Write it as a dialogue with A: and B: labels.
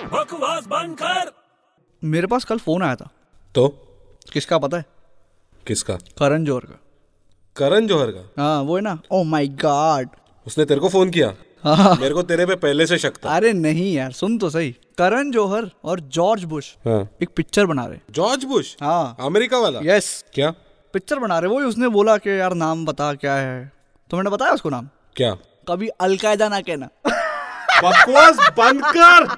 A: आवाज बंद कर
B: मेरे पास कल फोन आया था
C: तो
B: किसका पता है
C: किसका
B: करण जोहर का
C: करण जौहर का
B: हाँ वो है ना ओ माय गॉड
C: उसने तेरे को फोन किया
B: हाँ।
C: मेरे को तेरे पे पहले से शक था
B: अरे नहीं यार सुन तो सही करण जौहर और जॉर्ज बुश
C: हाँ।
B: एक पिक्चर बना रहे
C: जॉर्ज बुश
B: हाँ।
C: अमेरिका वाला
B: यस
C: क्या
B: पिक्चर बना रहे वही उसने बोला कि यार नाम बता क्या है तो मैंने बताया उसको नाम
C: क्या
B: कभी अलकायदा ना कहना
D: बकवास बंद कर